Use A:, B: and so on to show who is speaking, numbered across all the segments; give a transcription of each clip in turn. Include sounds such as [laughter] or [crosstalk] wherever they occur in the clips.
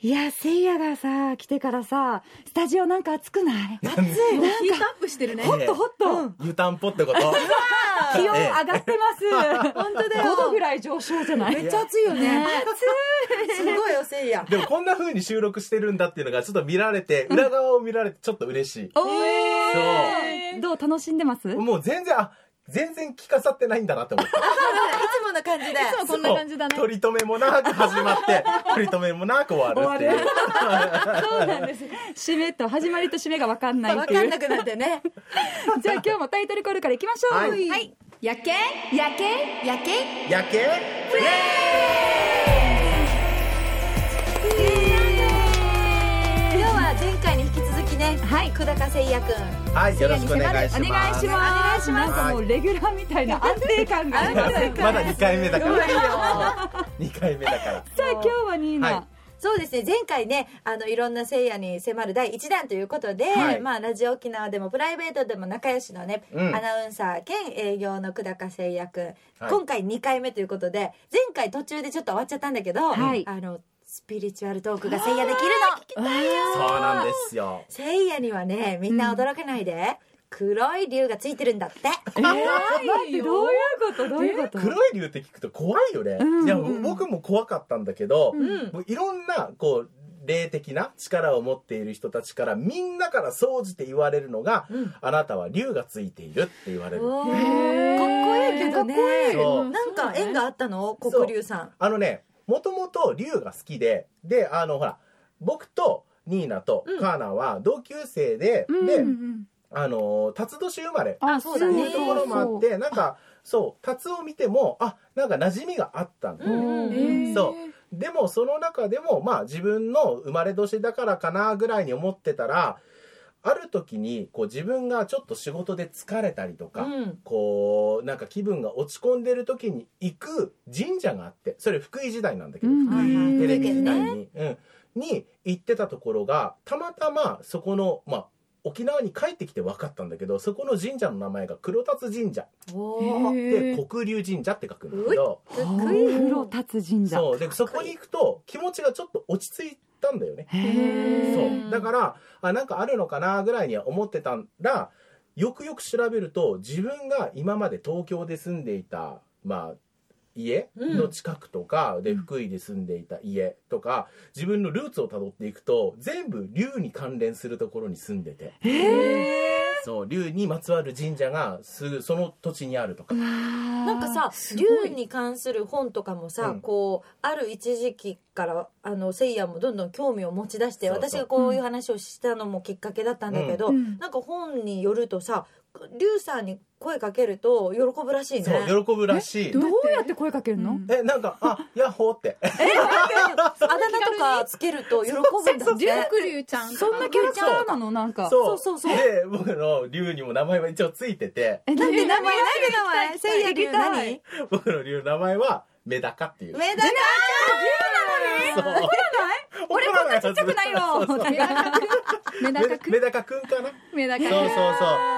A: いや、せいやがさ、来てからさ、スタジオなんか暑くない
B: 暑い。
A: なんか
C: ヒートアップしてるね。
A: ほっとほっと。
B: 湯たんぽってこと
A: 気温上がってます。
C: 本当だよ
A: 5度ぐらい上昇じゃない
C: めっちゃ暑いよね。すごいよ、せいや。
B: でもこんな風に収録してるんだっていうのがちょっと見られて、裏側を見られてちょっと嬉しい。
A: お
B: ー
A: どう楽しんでます
B: もう全然、あ、全然聞かさってないんだなって思った。
C: いつもの感じだよ。
A: こんな感じだね
B: そう取り留めもなく始ま
A: [laughs]
B: って、取り留めもなく終わるっていう。
A: そうなんです締めと始まりと締めが分かんない
C: わ
A: ってい
C: か
A: うん
C: なくなってね。
A: じゃあ今日もタイトルコールからいきましょう
B: は
A: はい、
B: い
A: やけんやけんやけ
B: やけ
C: 今日は前回に引き続きね、
A: はい
C: 久高せいやくん。
B: はい、よろしくお願いします。
A: お願いします
C: お願いします
A: なんかもうレギュラーみたいな安定感がありますさ
B: まだ2回目だ
A: [laughs]
B: か
C: ごいよ
B: ら。2回目だから。
A: あ今日はニーナ、
B: はい
C: そうですね前回ねあのいろんなせいやに迫る第1弾ということで、
B: はい
C: まあ、ラジオ沖縄でもプライベートでも仲良しのね、
B: うん
C: アナウンサー兼営業の久高せいやくん、
B: はい
C: 今回2回目ということで前回途中でちょっと終わっちゃったんだけど、
A: はい
C: あのスピリチュアルトークがせいやできるの
B: そうなんですよ。
C: せいやにはねみんな驚かないで、黒い竜がついてるんだって
A: えー、待ってどういうことどういうこと
B: 黒い竜って聞くと怖いよね。
A: うん
B: いや、僕も怖かったんだけど、もういろんな、こう、霊的な力を持っている人たちからみんなから総じて言われるのが、あなたは竜がついているって言われる。
C: おー
A: へー
C: かっこいいけどね
A: かっこ
B: いいそう
C: なんか縁があったの
B: そう
C: 黒竜さん
B: あのね、もともと竜が好きで、で、あの、ほら、僕とニーナとカーナは同級生で、
A: うん
B: で
A: う、ん
B: あの、辰年生まれ。
A: あ
C: そうだね
B: っていうところもあって、なんか、そう、辰を見ても、あ、なんか馴染みがあったの。
C: うん
A: うん
B: そうでもその中でもまあ自分の生まれ年だからかなぐらいに思ってたらある時にこう自分がちょっと仕事で疲れたりとか、
C: うん
B: こうなんか気分が落ち込んでる時に行く神社があってそれ福井時代なんだけど、
A: うん
B: 福
C: はい
B: 井
C: はい
B: テレビ時代に、うん、に行ってたところがたまたまそこのまあ沖縄に帰ってきて分かったんだけどそこの神社の名前が黒達神社
C: おー
B: で
A: へー
B: 黒龍神社って書くんだけど。
C: かっこいい
A: 黒立つ神社
B: そうでそこに行くと気持ちがちょっと落ち着いたんだよね。
A: へ
C: うん
A: え
B: そうだからあなんかあるのかなぐらいには思ってたらよくよく調べると自分が今まで東京で住んでいた、まあ、家の近くとか、で福井で住んでいた家とか自分のルーツをたどっていくと全部龍に関連するところに住んでてそう龍にまつわる神社がすその土地にあるとか。
C: なんかさ
A: ごい
C: 竜に関する本とかもさ、
B: うん
C: こうある一時期からあのせいやもどんどん興味を持ち出して
B: そうそう
C: 私がこういう話をしたのもきっかけだったんだけど、
A: うんうん
C: なんか本によるとさ竜さんに声かけると喜ぶらしいね。
B: そう喜ぶらしい
A: どうやって声かけるの、
B: えなんか「あヤッホー」って
C: あだ名とかつけると喜ぶんだって。
D: 竜ちゃん
A: そんなキャラクターなのなんか
B: そう
C: そうそうそう
B: で僕の竜にも名前は一応ついてて [laughs]
A: え
C: なんで名前なん
A: 前
C: で名前せいや竜何
A: 聞き
B: 僕の竜の名前はメダカっていう
C: 目玉
B: そう怒らない俺こんなちっちゃくないよ
D: メダカくん
B: メダカくんかな
D: メダ
B: そう
D: カ
B: そうそ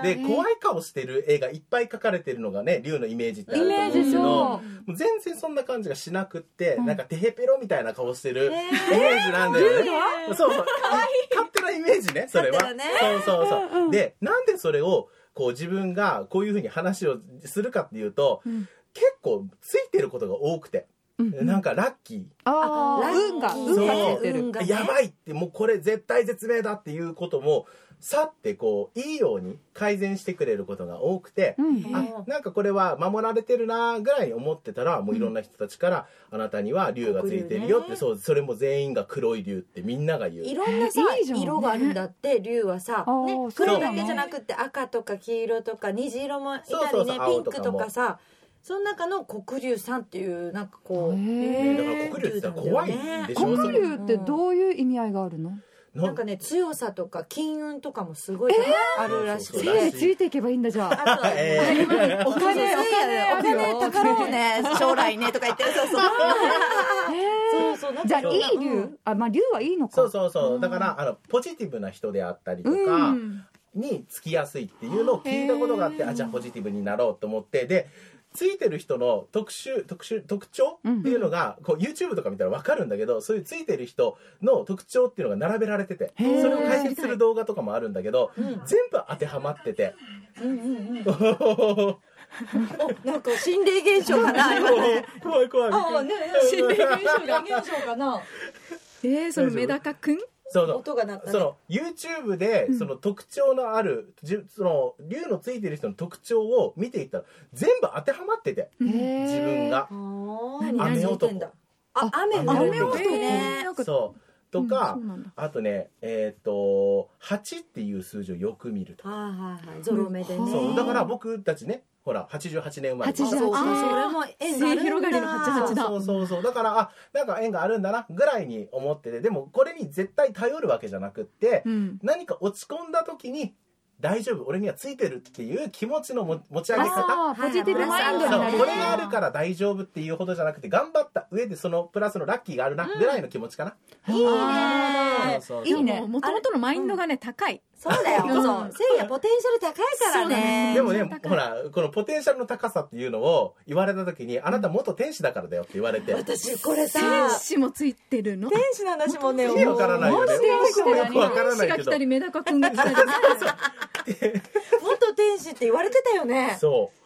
B: うで怖い顔してる絵がいっぱい描かれてるのがね竜のイメージってあると思うんですけど
A: イメ
B: も
A: ー
B: う全然そんな感じがしなくって、なんかテヘペロみたいな顔してるイメ
C: ね
B: ージなんだよね、そうそう勝手なイメージねそれは、
C: 勝手
B: そうそうそう、でなんでそれをこう自分がこういうふうに話をするかっていうと、結構ついてることが多くて、なんかラッキー
A: あ
C: ラ
A: ー
C: ッキー
A: 運が
C: そう
A: 運が出て
C: 運
A: る
C: がね
B: やばいってもうこれ絶対絶命だっていうこともさってこういいように改善してくれることが多くて、
A: うん
B: あなんかこれは守られてるなぐらいに思ってたらもういろんな人たちから「あなたには竜がついてるよ」
C: 黒
B: って、
C: 竜ね
B: そうそれも全員が黒い竜ってみんなが言う
C: い。ろんなさ
A: いいじゃんね
C: 色があるんだって竜はさ、
A: あー
C: ね、
A: そう
C: 黒
B: なの
C: だけじゃなくて赤とか黄色とか虹色もいたりね
B: そうそうそう
C: ピ
B: 青
C: ン
B: と
C: ク
B: かも
C: とかさその中の黒竜さんっていうなんかこう、
A: へ
B: だから黒竜って言ったら怖いでしょ
A: 黒
B: そう
A: 竜ってどういう意味合いがあるの
B: な
C: なんかね強さとか金運とかもすごいあるらしく
B: そ
C: て、
B: うそ
A: 杖
B: うそう
A: ついていけばいいんだじゃあ
C: あとはね、お
B: え
C: 金お金お金
A: お金
C: たかろうね将来ねとか
A: [laughs]
C: 言ってそうそう
A: へ
C: そうそうなんか
A: じゃあいい
C: うん
A: 竜あまあ竜はいいのか
B: そうそうそうだからあのポジティブな人であったりとか、
A: うん
B: につきやすいっていうのを聞いたことがあって、
D: へー
B: あじゃあポジティブになろうと思ってでついてる人の特集特集特徴っていうのが、こう YouTube とか見たら分かるんだけどそういうついてる人の特徴っていうのが並べられててそ
A: へー
B: れを解説する動画とかもあるんだけど
C: うん
B: 全部当てはまってて
C: うんうんうん。
B: [laughs] 怖
C: おなんか心霊現象かな今ね。
B: い怖い
C: ああね心霊現象だ現象かな。
D: えー、そのメダカくん
B: そうそう
C: 音が鳴ったね。
B: その YouTube でその特徴のある、じゅその竜のついてる人の特徴を見ていったら全部当てはまってて自
A: 自
B: 分が。
C: あ
D: 何
C: あ
D: 何
C: 雨男だ。あ雨の
B: 雨男
C: ね。
D: なんか
B: そうとか、
D: うんそうなんだ
B: あとねえっ、と8っていう数字をよく見ると
C: はいはいはいゾロ目でね。
B: そうだから僕たちねほら88年生まれ
C: あそうそう
A: 88
C: それも縁があるんだ。
D: 末広がりの88だ
B: そうそうそうだからあなんか縁があるんだなぐらいに思っててでもこれに絶対頼るわけじゃなくって、
D: うん
B: 何か落ち込んだ時に大丈夫俺にはついてるっていう気持ちのも持ち上げ方
A: あーポジティブマインドに
B: そう
A: なる
B: これがあるから大丈夫っていうほどじゃなくて頑張った上でそのプラスのラッキーがあるなぐらいの気持ちかな、
C: いい
B: そ
C: ね
B: う。そう
C: いいね
D: もともとのマインドがね、高い。
C: そうだよ。
D: うん
C: そう。せいやポテンシャル高いからね。
B: でもね
D: 高い
B: ほらこのポテンシャルの高さっていうのを言われた時にあなた元天使だからだよって言われて
C: 私これさ
D: 天使もついてるの。
C: 天使なんだしもね
B: 意味わからないよね
C: もう天使
B: 僕もよくわ
D: 天
B: からな
D: 使
B: い
D: が
B: け
D: 来
B: ど
D: たり、メダカくんが来たり。
C: 元天使って言われてたよね
B: そう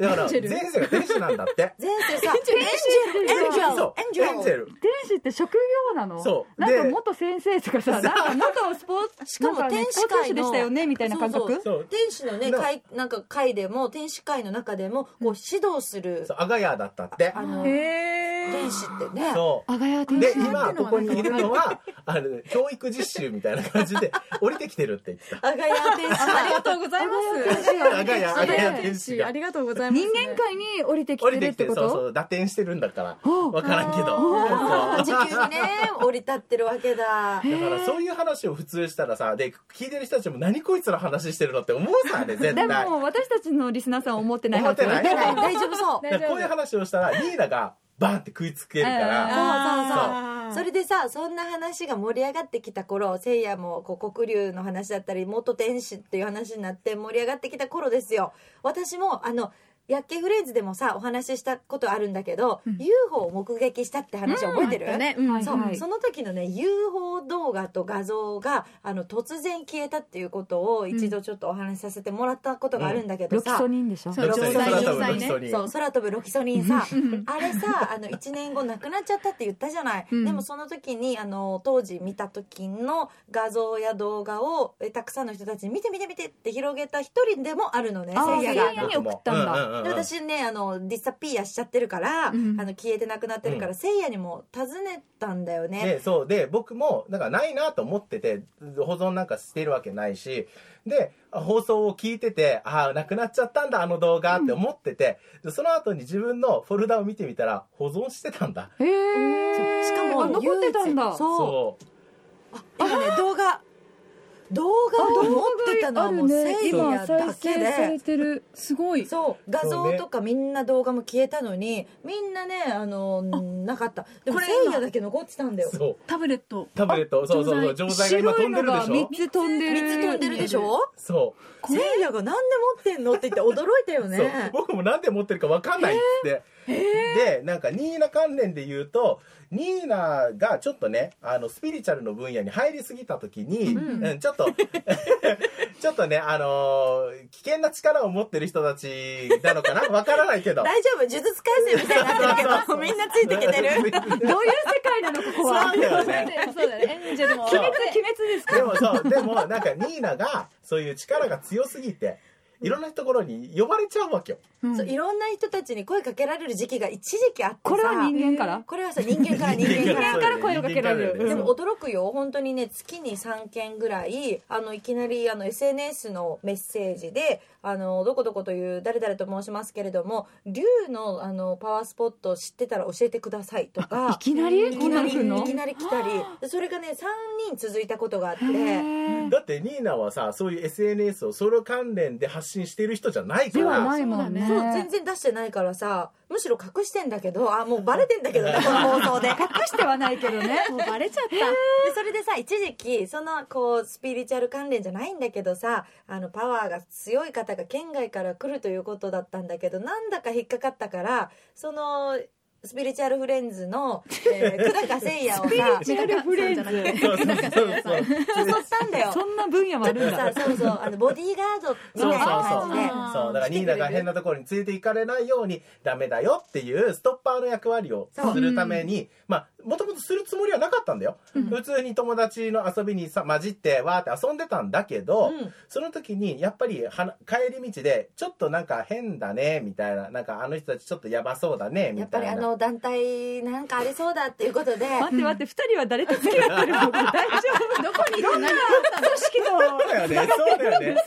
B: だから
D: エン
B: 前
D: ジェル
B: 世が天使なんだって
C: 前世さエンジェル
B: そう
C: エンジェル
B: エンジェル
A: 天使って職業なの
B: そう
A: なんか
B: で
A: 元先生とかさなんか元スポーツ
C: しかも
A: なんね
C: 天使界
A: スポーツ
C: の
A: でしたよねみたいな感覚
C: そう
B: そう
C: 天使のね
B: な
C: 会なんか会でも天使会の中でもこう指導する
B: そうアガヤだったって
C: あの天
D: へー
C: 使ってね
B: そう
A: あがや天
B: で
A: 使
B: 今ここにいるのはあの教育実習みたいな感じで降りてきてるって言ってた
C: アガヤ天使
D: ありがとうございます。
B: アガヤアガヤ天使が
D: ありがとうございます。
A: 人間界に降りてき
B: 降
A: てる
B: りて
A: っ
B: きて
A: て
B: る
A: こ
B: そうそ
A: と
B: う打点してるんだから
A: おう
B: わからんけど
C: [laughs] あー
B: そう
C: 地球にね降り立ってるわけだ
B: だからそういう話を普通したらさで聞いてる人たちも何こいつら話してるのって思うさね絶
A: で
B: 対
A: も私たちのリスナーさんは思ってないはず
B: 思ってない
C: 大丈夫そう
B: だ
D: 大
B: から
D: 丈
B: こういう
D: 夫。
B: 話をしたらリーダがバンって食いつけるから
C: そうそう
D: あ
C: そ
D: ー
C: うそれでさそんな話が盛り上がってきた頃せいやもこう黒龍の話だったり元天使っていう話になって盛り上がってきた頃ですよ私もあのやっけフレンズでもさお話ししたことあるんだけど、UFO を目撃したって話覚えてる、
D: うんあったねうん
C: そう
A: はい
C: その時のね UFO 動画と画像があの突然消えたっていうことを一度ちょっとお話しさせてもらったことがあるんだけど
A: ロキ
C: さ、
A: ソニンでしょ
D: そ
B: ロキソニン
C: ロキソニン
B: ロキソニン
C: そう空飛ぶロキソニンさあれさあの1年後なくなっちゃったって言ったじゃない、
D: うん
C: でもその時にあの当時見た時の画像や動画をえたくさんの人たちに見て見て見てって広げた一人でもあるのね
A: あー
C: せいやが
A: せい。やに送ったんだ
B: 僕もううう
C: で私ねあのディスピアしちゃってるから、
D: うん
C: あの消えてなくなってるから、
B: うん
C: せいやにも尋ねたんだよね。
B: でそうで僕もなんかないなと思ってて保存なんかしてるわけないしで放送を聞いててああなくなっちゃったんだあの動画って思ってて、でその後に自分のフォルダを見てみたら保存してたんだ
A: へえ
C: しかも
A: 残ってたんだ
C: 唯一そう
B: そう
C: 今ね動画動画を持ってたのはもうせいや
A: 今再
C: だけ
A: 生さ
C: で
A: れ。てる
D: すごい。
C: そう画像とかみんな動画も消えたのにみんなねあのなかったでも
D: これ
C: せいやだけ残ってたんだよ
B: そう
D: タブレット。
B: タブレットそうそうそう錠剤が今飛んでるでし
A: 白いのが
B: ょ
A: 3つ飛んでる
C: 3つ飛んでるでしょ
B: そ
C: せいやがなんで持ってんのって言って驚いたよ
B: うそう、
C: ね
B: 僕もなんで持ってるかわかんないっつって、でなんかニーナ関連で言うとニーナがちょっとねあのスピリチュアルの分野に入りすぎた時に、
C: うん
B: うんちょっと [laughs] ちょっとねあのー危険な力を持ってる人たちなのかなわからないけど
C: 大丈夫呪術改正みたいになってるけどみんなついてきてる
A: どういう世界なのここは
B: そうだよね
D: そうだね。エンジェルも。
B: そう
A: 鬼滅鬼滅です
B: [laughs] でもそうでもなんかニーナがそういう力が強すぎていろんなところに呼ばれちゃうわけよ。
D: うん
C: そういろんな人たちに声かけられる時期が一時期あってさ
A: これは人間から
C: これはさ人間から人間から
A: 人間から声をかけられる
B: 人間から
C: で
B: ね
C: も驚くよ本当にね月に3件ぐらいあのいきなりあの SNS のメッセージで「あのどこどこという誰々と申しますけれども竜のあのパワースポット知ってたら教えてください」と
A: い
C: か
A: きなり
C: い
A: こ
C: き
A: ん
C: な
A: なの
C: り
A: 来るの
C: いきなり来たりでそれがね3人続いたことがあって
A: へ
C: で
A: ー
B: だってニーナはさそういう SNS をソロ関連で発信してる人じゃないか
A: では
B: ら
A: ないもんね
D: そう
C: そう全然出してないからさむしろ隠してんだけどあもうバレてんだけどねこの放送で
A: 隠してはないけどね
D: もうバレちゃった。
C: でそれでさ一時期そのこうスピリチュアル関連じゃないんだけどさあのパワーが強い方が県外から来るということだったんだけどなんだか引っかかったからそのスピリチュアルフレンズの、 [laughs] えー、久高誠也をさ
A: チュアルフレンズ
B: そうそうそうそう
C: 誘ったんだよ。
A: そんな分野も
C: ち
A: あ
C: ょっ
A: るん
C: と
A: だ
C: さそうそうあのボディーガードみたいな感じで。
D: あー
B: そうだからニーナが変なところに連れて行かれないようにダメだよっていうストッパーの役割をするためにまあもともとするつもりはなかったんだよ、
D: うん
B: 普通に友達の遊びにさ混じってわーって遊んでたんだけど、
C: うん
B: その時にやっぱりはな帰り道でちょっとなんか変だねみたいななんかあの人たちちょっとやばそうだねみ
C: やっぱ
B: たい
C: り
B: な
C: あの団体なんかありそうだっていうことで
A: 待って待って二人は誰と付き合ってるの大丈夫
D: どこに行って何があったの
A: 組織の
B: そうだよねそうだよね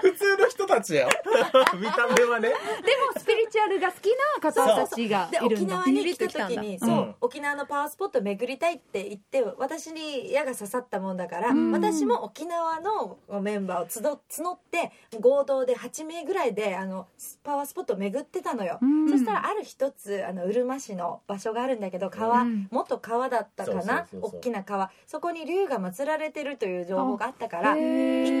B: 普通の人たちよ [laughs] 見た目は
A: [laughs]
B: ね
A: でもスピリチュアルが好きな方たちが
C: で
A: いる
C: 沖
A: んだ
C: 縄に来た時に
B: うん
C: そう沖縄のパワースポット巡りたいって言って私に矢が刺さったもんだから
A: うん
C: 私も沖縄のメンバーをつど募って合同で8名ぐらいであのパワースポット巡ってたのよ
A: うん
C: そしたらある一つあのうるま市の場所があるんだけど川
A: うん
C: 元川だったかな
B: そうそうそうそう
C: 大きな川そこに竜が祀られてるという情報があったから行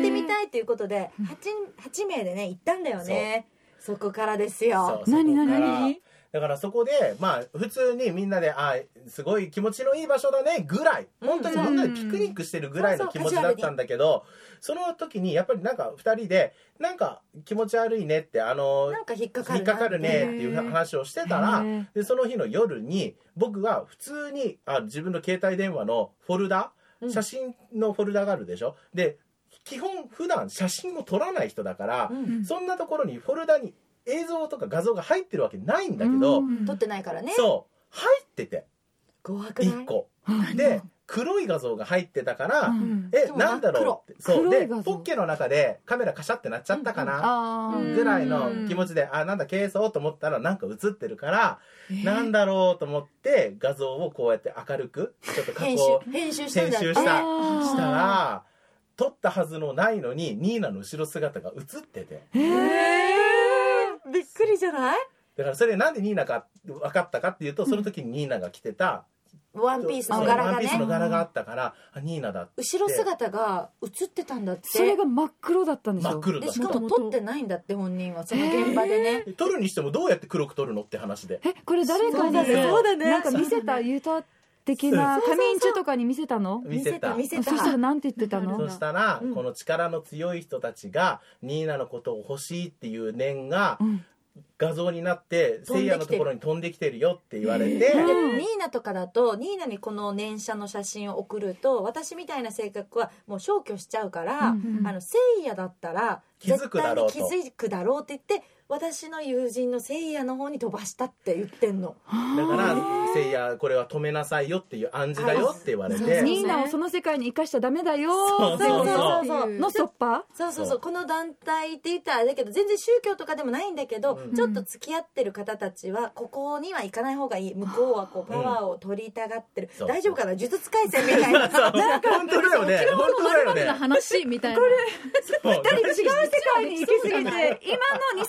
A: 行
C: ってみ
A: い
C: たいということで 8, 8名でね行ったんだよねそこからですよ
B: そう
A: 何
B: そこから
A: 何
B: だからそこでまあ普通にみんなであすごい気持ちのいい場所だねぐらい本当に
C: うん
B: 本当にピクニックしてるぐらいの気持ちだったんだけどその時にやっぱりなんか2人でなんか気持ち悪いねってあの
C: なんか引っかかるな
B: 引っかかるねっていう話をしてたら
A: へー
B: でその日の夜に僕は普通にあ自分の携帯電話のフォルダ
C: うん
B: 写真のフォルダがあるでしょで基本普段写真を撮らない人だから
C: うん
B: そんなところにフォルダに映像とか画像が入ってるわけないんだけど、
A: うん
C: 撮ってないからね
B: そう入ってて
C: 怖くない
B: 1個
A: うん
B: で黒い画像が入ってたから、
A: うん
B: え
C: でも
B: なんだろうってそう
A: 黒い
B: で
A: 画像
B: ポッケの中でカメラカシャってなっちゃったかな、
A: あ
D: うん
A: ー
B: ぐらいの気持ちであなんだ軽装と思ったらなんか映ってるから、なんだろうと思って画像をこうやって明るくちょっと加
C: 編集
B: 工
C: 編集したんだって
B: 編集した
A: あー
B: したら撮ったはずのないのにニーナの後ろ姿が映ってて
A: へえ
C: えーびっくりじゃない
B: だからそれなんでニーナか分かったかっていうとその時にニーナが着てた
C: ワンピースの
B: そう
C: 柄
B: ワ
C: が
B: ンピースの
C: ね
B: 柄があったから、あニーナだって
C: 後ろ姿が映ってたんだって
A: それが真っ黒だったんでし
B: 真
A: ょ
B: っ黒だ
C: で
B: っ
C: したかも撮ってないんだって本人はその現場でね
B: 撮るにしてもどうやって黒く撮るのって話で
A: えこれ誰かに
B: そうだねそう
C: だね
A: なんか見せたユータ的な仮眠中とかに見せたの
B: 見せた
C: 見せた
A: そしたらなんて言ってた
D: な
A: の
D: るほ
B: そ
D: ど
B: したら、
C: うん
B: この力の強い人たちがニーナのことを欲しいっていう念が
A: うん
B: 画像になって
C: 飛んできてる
B: せいやのところに飛んできてるよって言われ
A: え
B: て
A: ー
C: で
A: うん
C: ニーナとかだとニーナにこの念写の写真を送ると私みたいな性格はもう消去しちゃうから、
A: うんうん
C: あのせいやだったら
B: 気づ
C: 絶
B: くだ
C: 対
B: ろ
C: に
B: うと
C: 気づくだろうって言って私の友人のせいやの方に飛ばしたって言ってんの
B: だから「せいやこれは止めなさいよ」っていう暗示だよって言われ
C: あそうそう
B: て
A: ニーナをその世界に生かしちゃダメだよ
B: そうそうそう
C: そう
A: のストッパ
C: そうそうそう
B: そう
C: この団体って言ったらあれだけど全然宗教とかでもないんだけど、
B: うん
C: ちょっと付き合ってる方たちはここには行かない方がいい向こうはこうパワーを取りたがってる、
B: そう
C: 大丈夫かな呪術廻戦みたいな
B: [laughs]
C: なんか
B: 本当だよね本当だよ
D: の
B: ね
D: 話みたいな。
B: そう
A: ー違う世界に行き過ぎて
D: そう
A: 今
D: じ
A: の
D: ゃ
A: 2022
D: ない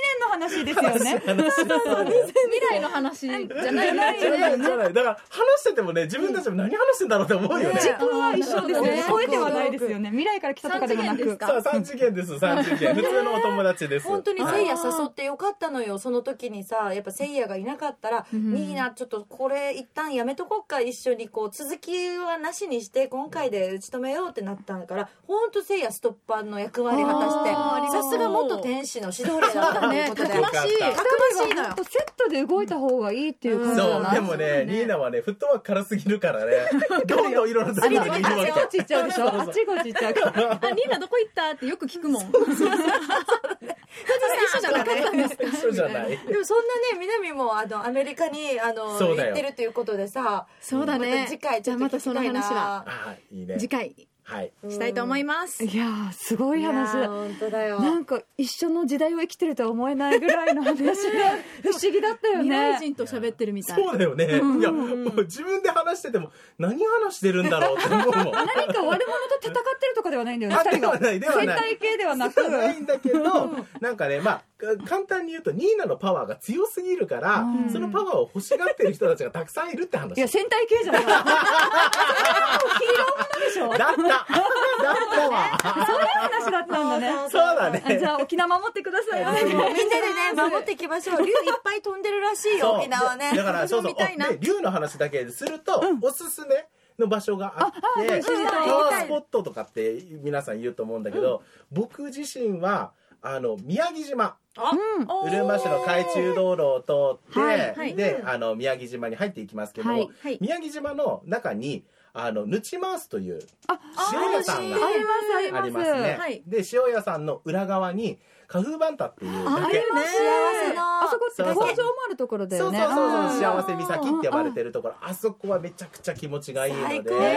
A: 年の話ですよね
D: 未来の話じゃないよね
B: じゃないじゃないだから話しててもね自分たちも何話してんだろうって思うよね、
A: 時空は一緒です
C: なる
A: ね
C: ほど
A: 超えてはないですよね未来から来たとかでもな
D: 三次元です
A: く
D: か
B: さあ3次元です3次元普通のお友達です
C: 本当に
B: は
C: せ
B: い
C: いや誘ってよかったのよその時にさやっぱせいやがいなかったら「
A: うん
C: ニーナちょっとこれ一旦やめとこっか一緒にこう続きはなしにして今回で打ち止めよう」ってなったから本当せいやストッパーの役割果たして
A: あ
D: ー
C: さすが元天使の指導霊だったという
D: [laughs]
C: ことで
B: そうだね
D: 楽し
B: よ
D: い。
B: か
D: 楽
B: っ
D: しいのよ。
A: セットで動いた方がいいっていう感じじゃ
B: そう
A: ない
B: でもね
D: そうだね
B: ニーナはねフットワーク軽すぎるからねどんどんいろんなとこ
A: あ
B: ろに
A: れ
B: い
A: で
B: る
A: も
B: わ
A: あっちこっち行
B: け
A: っちゃうでしょあっちこっち行っちゃうから
D: あ、ニーナどこ行ったってよく聞くもん。そうそうそう。一緒じゃなかったんですか
B: 一緒じゃない
C: でもそんなね南もあのアメリカにあの
B: そうだ
C: 行
B: よ
C: ってるということでさ
D: そうだ
C: ま
D: ね
C: た。次回ち
D: じ
C: ょ
D: ゃあ
C: っと聞
D: また
C: き
D: その
C: たい
D: 話は
C: な
B: ああいいね
D: 次回
B: はい。
D: したいと思います。
A: いやーすごい話
C: いやー
A: だ
C: 本当だよ
A: なんか一緒の時代を生きてるとは思えないぐらいの話 [laughs] で不思議だったよ
D: 未来
A: ね
D: 人と喋ってるみたい。
B: そうだよね。いや、もう自分で話してても、何話してるんだろうって思うもん。
A: 何か悪者と戦ってるとかではないんだよね
B: あ
A: 二人が
B: ではないでは
A: 戦
B: ない
A: 隊系ではなく
B: そう [laughs] ないんだけど、なんかね、まあ、か簡単に言うと、ニーナのパワーが強すぎるから、
A: うん
B: そのパワーを欲しがってる人たちがたくさんいるって話。
A: いや戦隊系じゃないそれ [laughs] はもうヒーローものでしょ
B: だ [laughs] っただったわ
A: そういう話だったんだね
B: そうだ
A: あじ
B: ね。
A: ゃあ沖縄守ってください
C: [laughs] みんなでね
A: そう
C: 守っていきましょう竜いっぱい飛んでるらしいよ
B: [laughs] そう
C: 沖縄ね
B: だから、そうそう。
D: 見たいな
B: で、竜の話だけすると、おすすめの場所があって、
A: ああ知りたい
B: パワースポットとかって皆さん言うと思うんだけど、僕自身は、あの、宮城島。
A: うん
B: うるま市の海中道路を通って、
A: はい
D: はい
B: で、あの、宮城島に入っていきますけども、
A: はい
D: はい
B: 宮城島の中に、あの、ぬちまーすという、
A: あ
B: 塩屋さんが
A: ありますあります
B: ありますね。
D: はい
B: で、塩屋さんの裏側に、カフーバンタっていう
A: あ
B: だ
A: あ
B: け
A: り。ます
D: ね
A: 幸せ
C: な
A: なあそこって
B: そう
A: 工場
B: そ
A: も
B: う
A: あるところだ
B: そ
A: よ
B: う
A: ね
B: そうそう
A: あ
B: そ
A: ー
B: う、幸せ岬って呼ばれてるところ、あそこはめちゃくちゃ気持ちがいいの
C: 最高
B: で。
A: え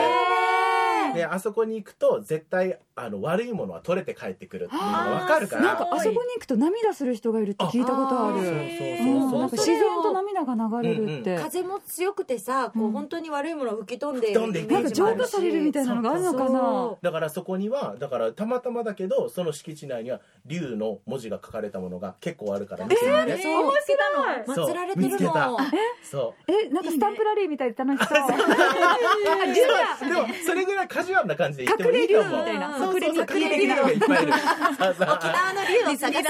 B: で、あそこに行くと、絶対、あの、悪いものは取れて帰ってくるっていうのがわかるか
A: なん
B: ら
A: か。あそこに行くと涙する人がいるって聞いたことあ
B: そうそ
A: る
B: う
A: う
B: そうそ
A: ん
B: う。
A: なんか自然と涙が流れるって、
C: 風も強くてさこう本当に悪いもの吹き飛んで
B: 吹き飛んでいく
A: なんか浄化されるみたいなのがあるのかな
B: だからそこにはだからたまたまだけどその敷地内には竜の文字が書かれたものが結構あるからね、
C: えー
D: そう
C: 面
D: 白い
B: そう
C: 祀られて
B: 見
C: る
B: つけた
C: の
B: そ
A: えなんかスタンプラリーみたいで楽しそう
B: うそうでもそれぐらいカジュアルな感じで行ってもいいと思う
A: 隠れ竜みたいな
B: そうそうそう
A: 隠れ
B: 隠れ竜
A: 竜
B: がいっぱいいるそうそう
C: 沖縄の竜を探せみたいなね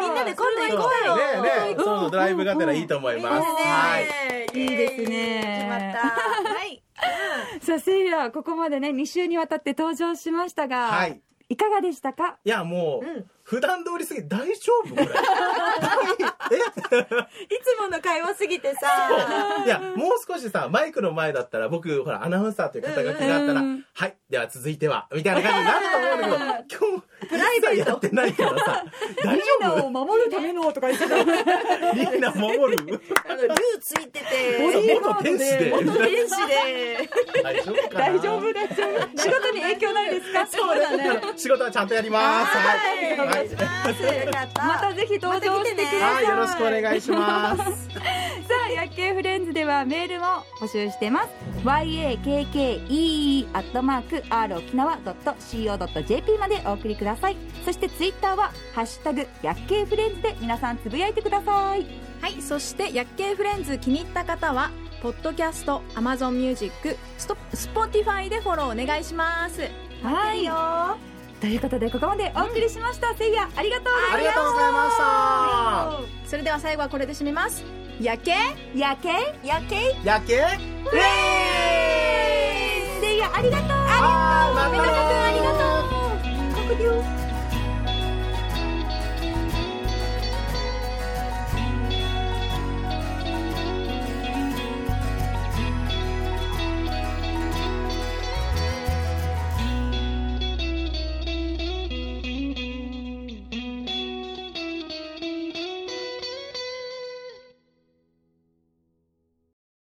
C: みんなで今度行こうよ
B: ねえねえそうドライブがてらいいと思います、はい
C: い
A: いいですね
C: 決まったはい
A: さあせいやここまでね2週にわたって登場しましたが、
B: はい、
A: いかがでしたか
B: いやもう、
C: うん
B: 普段通りすぎ大丈夫これ
C: いつもの会話すぎてさ
B: [laughs] いやもう少しさマイクの前だったら僕ほらアナウンサーという肩書きがあったら「はいでは続いては」みたいな感じになると思うんだけ [laughs] ど今日プライベートやってないからさ大丈
A: リーナを守るためのとか言ってた
B: 夫みんな守る
C: あの竜つい
A: ボ
C: てて
A: ディーガー
B: 元
A: ド
B: 天使で
A: で
C: 元天使で
B: 大丈夫かな
A: 大丈夫大丈夫仕事に影響ないですかそうだね
B: 仕事はちゃんとやりますはい、
C: お願
B: はい
C: いしますよかった
A: またぜひ登場してくださ、
B: はいい、よろしくお願いします
A: さあ野球フレンズではメールも募集してます yakkee.rokinawa.co.jp までお送りくださいそしてツイッターは「ハッシュタグ野球フレンズ」で皆さんつぶやいてください
D: はい、そして、薬系フレンズ気に入った方は、ポッドキャスト、アマゾンミュージック、スト、スポティファイでフォローお願いします。
A: はいということでここまでお送りしました、せいやありがとうございました
B: ありがとうございました
D: それでは最後はこれで締めます。薬系
A: 夜景夜景
B: やけ
A: フレンズせいやありがとう
B: あーまたねー
A: 皆さんありがとう国流